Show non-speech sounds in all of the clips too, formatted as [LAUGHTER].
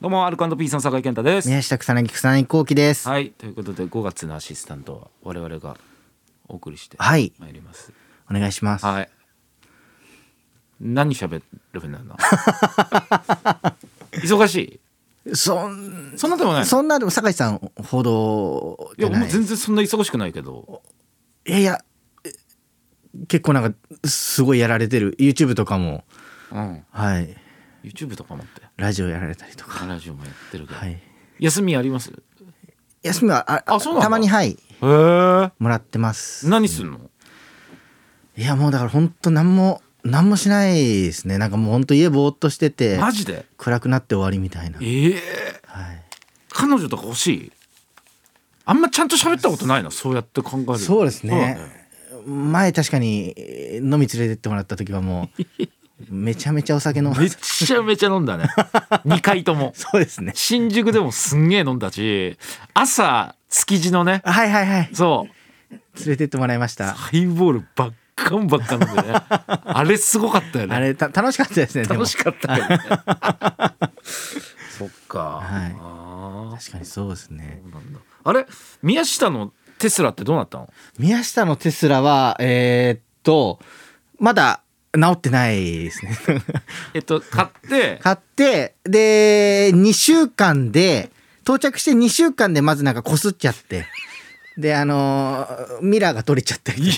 どうもアルコピースの酒井健太です、宮下草薙草薙幸喜です。はいということで5月のアシスタントは我々がお送りしてまはい、いりますお願いします。はい、何喋るふうにな [LAUGHS] るの忙しいそんそんなでもないのそんなでも酒井さんほどいじやゃなもいう全然そんな忙しくないけどいやいやえ結構なんかすごいやられてる YouTube とかもうんはい YouTube とかもってラジオやられたりとかラジオもやってるけど、はい休みありますへ休みはああそうなんだたまにはいえもらってます。何すんのいやもうだから本当何も何もしないですね。なんかもう本当家ぼーっとしててマジで暗くなって終わりみたいな。ええはい。彼女とか欲しいあんまちゃんと喋ったことないなそうやって考えるとそうですだね前確かにえー飲み連れてってもらった時はも [LAUGHS] うめちゃめちゃお酒のめちゃめちゃ飲んだね2回ともそうですね新宿でもすんげえ飲んだし朝築地のねはいはいはいそう連れてってもらいましたハイボールばっかんばっか飲んでねあれすごかったよあねれた楽しかったですねでも楽しかったよね [LAUGHS] そっか、はいあー確かにそうですねそうなんだあれ宮下のテスラってどうなったの宮下のテスラはえーっとまだ治ってないですねえっと買って買ってで2週間で到着して2週間でまずなんかこすっちゃってであのーミラーが取れちゃったり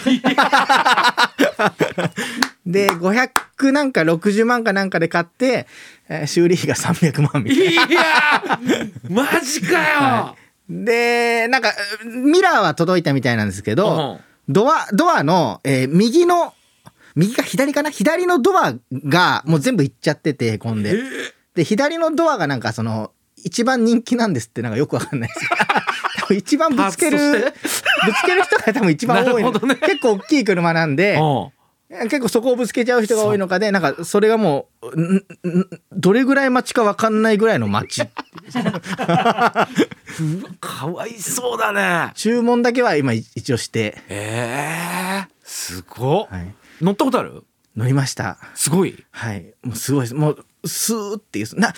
で500なんか60万かなんかで買って、えー修理費が300万みたい [LAUGHS] いやーマジかよ、な。でなんかミラーは届いたみたいなんですけど、ドアドアの、えー右の右か左かな左のドアがもう全部いっちゃっててへこんで、で左のドアがなんかその一番人気なんですってなんかよくわかんな [LAUGHS] いです多分一番ぶつけるパーぶつける人が多分一番多いなのるほどね結構大きい車なんで。うん結構そこをぶつけちゃう人が多いのかでなんかそれがもうんんどれぐらい待ちか分かんないぐらいの待ちうわかわいそうだね注文だけは今い一応して、ええすごっ、はい、乗ったことある乗りましたすごいはいもうすごいですもうスーっていうな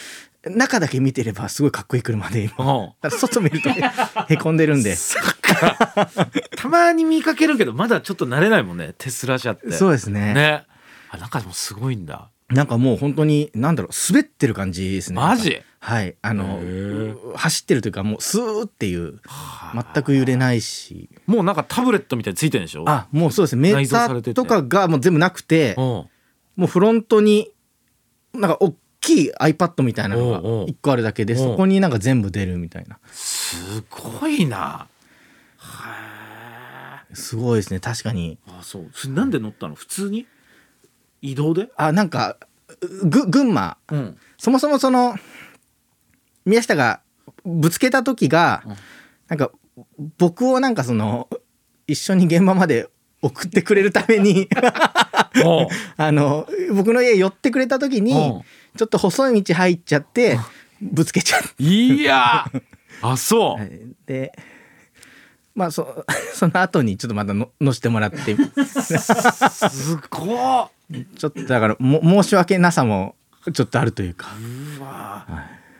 中だけ見てればすごいかっこいい車で [LAUGHS] う今んただ外見るとへこんでるん [LAUGHS] でそっ [LAUGHS] かたまに見かけるけどまだちょっと慣れないもんねテスラ車ってそううですねねあなんかでもすごいんだなんかもう本当になんだろう滑ってる感じですねマジはいあのへー走ってるというかもうスーっていう全くく揺れないしもうなんかタブレットみたいについてるんでしょあもうそうですねメ内ー蔵タされててーとかがもう全部なくてうんもうフロントになんか大きい iPad みたいなのがおうおう1個あるだけでおうそこになんか全部出るみたいなすごいなはすごいですね確かにああそうそれなんで乗ったの普通に移動であなんかぐ群馬 [LAUGHS] うんそもそもその宮下がぶつけた時がうんなんか僕をなんかその一緒に現場まで [LAUGHS] 送ってくれるために [LAUGHS] おうあの僕の家寄ってくれた時におうちょっと細い道入っちゃってぶつけちゃっていやーあそう、はい、でまあそ [LAUGHS] その後にちょっとまたの乗せてもらってすごっちょっとだからも申し訳なさもちょっとあるというかうわ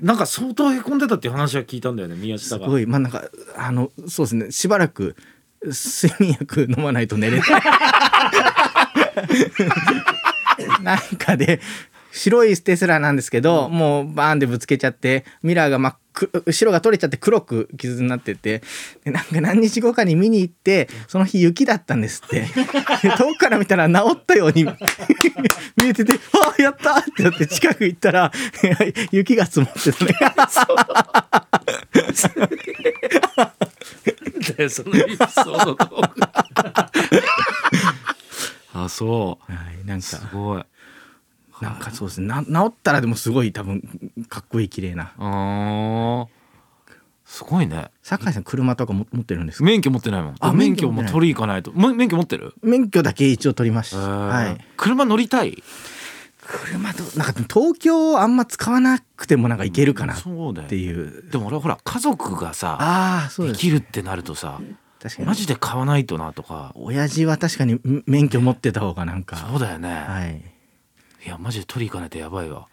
ーなんか相当へこんでたっていう話は聞いたんだよね宮す下がごいまあなんかあのそうですねしばらく睡眠薬飲まないと寝れない [LAUGHS] なんかで白いテスラなんですけど、もうバーンでぶつけちゃってミラーが真っ黒後ろが取れちゃって黒く傷になっててでなんか何日後かに見に行ってその日雪だったんですってで遠くから見たら治ったように [LAUGHS] 見えてて「ああやった!」ってなって近く行ったら雪が積もってたね。で [LAUGHS] そのエピソードトークあそうはい、なんすかごいなんかそうですね。な治ったらでもすごい多分かっこいい綺麗な。あーすごいね酒井さん車とかも持ってるんですか。免許持ってないもんあ免許免許も持ってない取り行かないとも免許持ってる免許だけ一応取りました。ははいい。車乗りたい車となんかでも東京をあんま使わなくてもなんか行けるかなっそうだよていう。でも俺ほら家族がさああそうでです。きるってなるとさ確かに。マジで買わないとなとか親父は確かに免許持ってた方がなんか。そうだよねはい。いやマジで取り行かないとやばいわ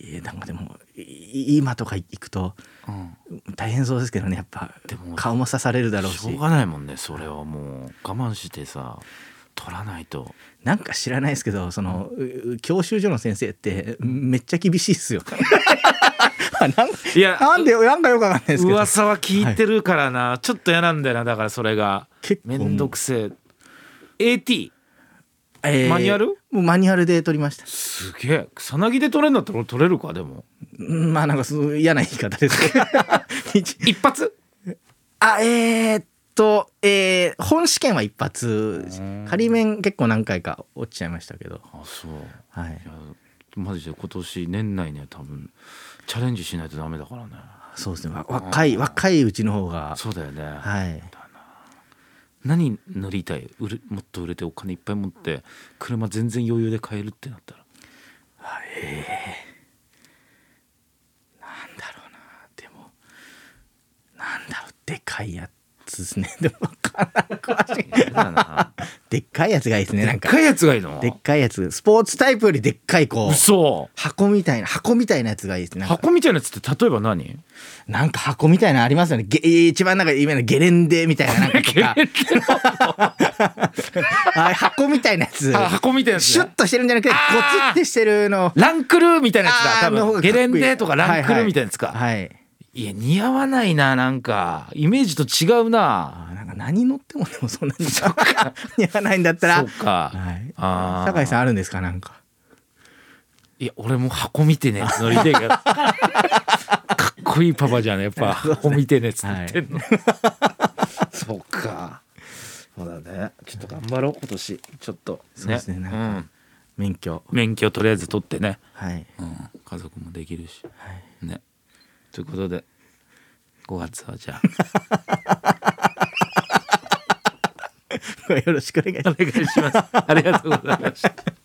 いやなんかでもい今とか行くとうん大変そうですけどねやっぱでも顔も刺されるだろうしょしうがないもんねそれはもう我慢してさ取らないとなんか知らないですけどそのう教習所の先生ってめっちゃ厳しいっすよ。 [LAUGHS] あなんいやなんでなんかよくわかんないですけど噂は聞いてるからな、ちょっと嫌なんだよなだからそれが結構めんどくせえ AT えマニュアルもうマニュアルで撮りました。すげえ草薙で取れんだったら俺取れるかでもうんまあなんかすごい嫌な言い方で [LAUGHS] すけど一一発あえーっとえー本試験は一発うん仮面結構何回か落ちちゃいましたけど、あそうはいい、やマジで今年年内ね多分チャレンジしないとダメだからねそうですねわ若い若いうちの方がそうだよね、はい何塗りたい売れもっと売れてお金いっぱい持って車全然余裕で買えるってなったらなんだろうなでもなんだろうでかいやつですね [LAUGHS] でもわかんない詳しいやだ [LAUGHS] なでっかいやつがいいですねでなっんかかいやつがいいのでっかいやつスポーツタイプよりでっかいこう嘘箱みたいな箱みたいなやつがいいですねなんか箱みたいなやつって例えば何なんか箱みたいなのありますよねげ一番なんか今のゲレンデみたいな [LAUGHS] なんかとか [LAUGHS] ああいう箱みたいなやつあ箱みたいなやつシュねッとしてるんじゃなくてゴツってしてるのランクルーみたいなやつだ多あーの方分がゲかっこいいレンデとかランクルーみたいなやつか、はいいや似合わないななんかイメージと違うなあなんか何乗ってもでもそんなに [LAUGHS] 似合わないんだったらそうか、はいあー酒井さんあるんですかなんかいや俺も箱見てねえやつ乗り [LAUGHS] てえけどかっこいいパパじゃんやっ [LAUGHS] ぱ箱見てねえっつって言ってんの、そうかそうだねちょっと頑張ろう今年ちょっとそうですねなんかうん免許免許とりあえず取ってね、はい [LAUGHS] うん、家族もできるしはいねということで5月は [LAUGHS] じゃあよろしくお願いしま [LAUGHS] おす願いしますありがとうございました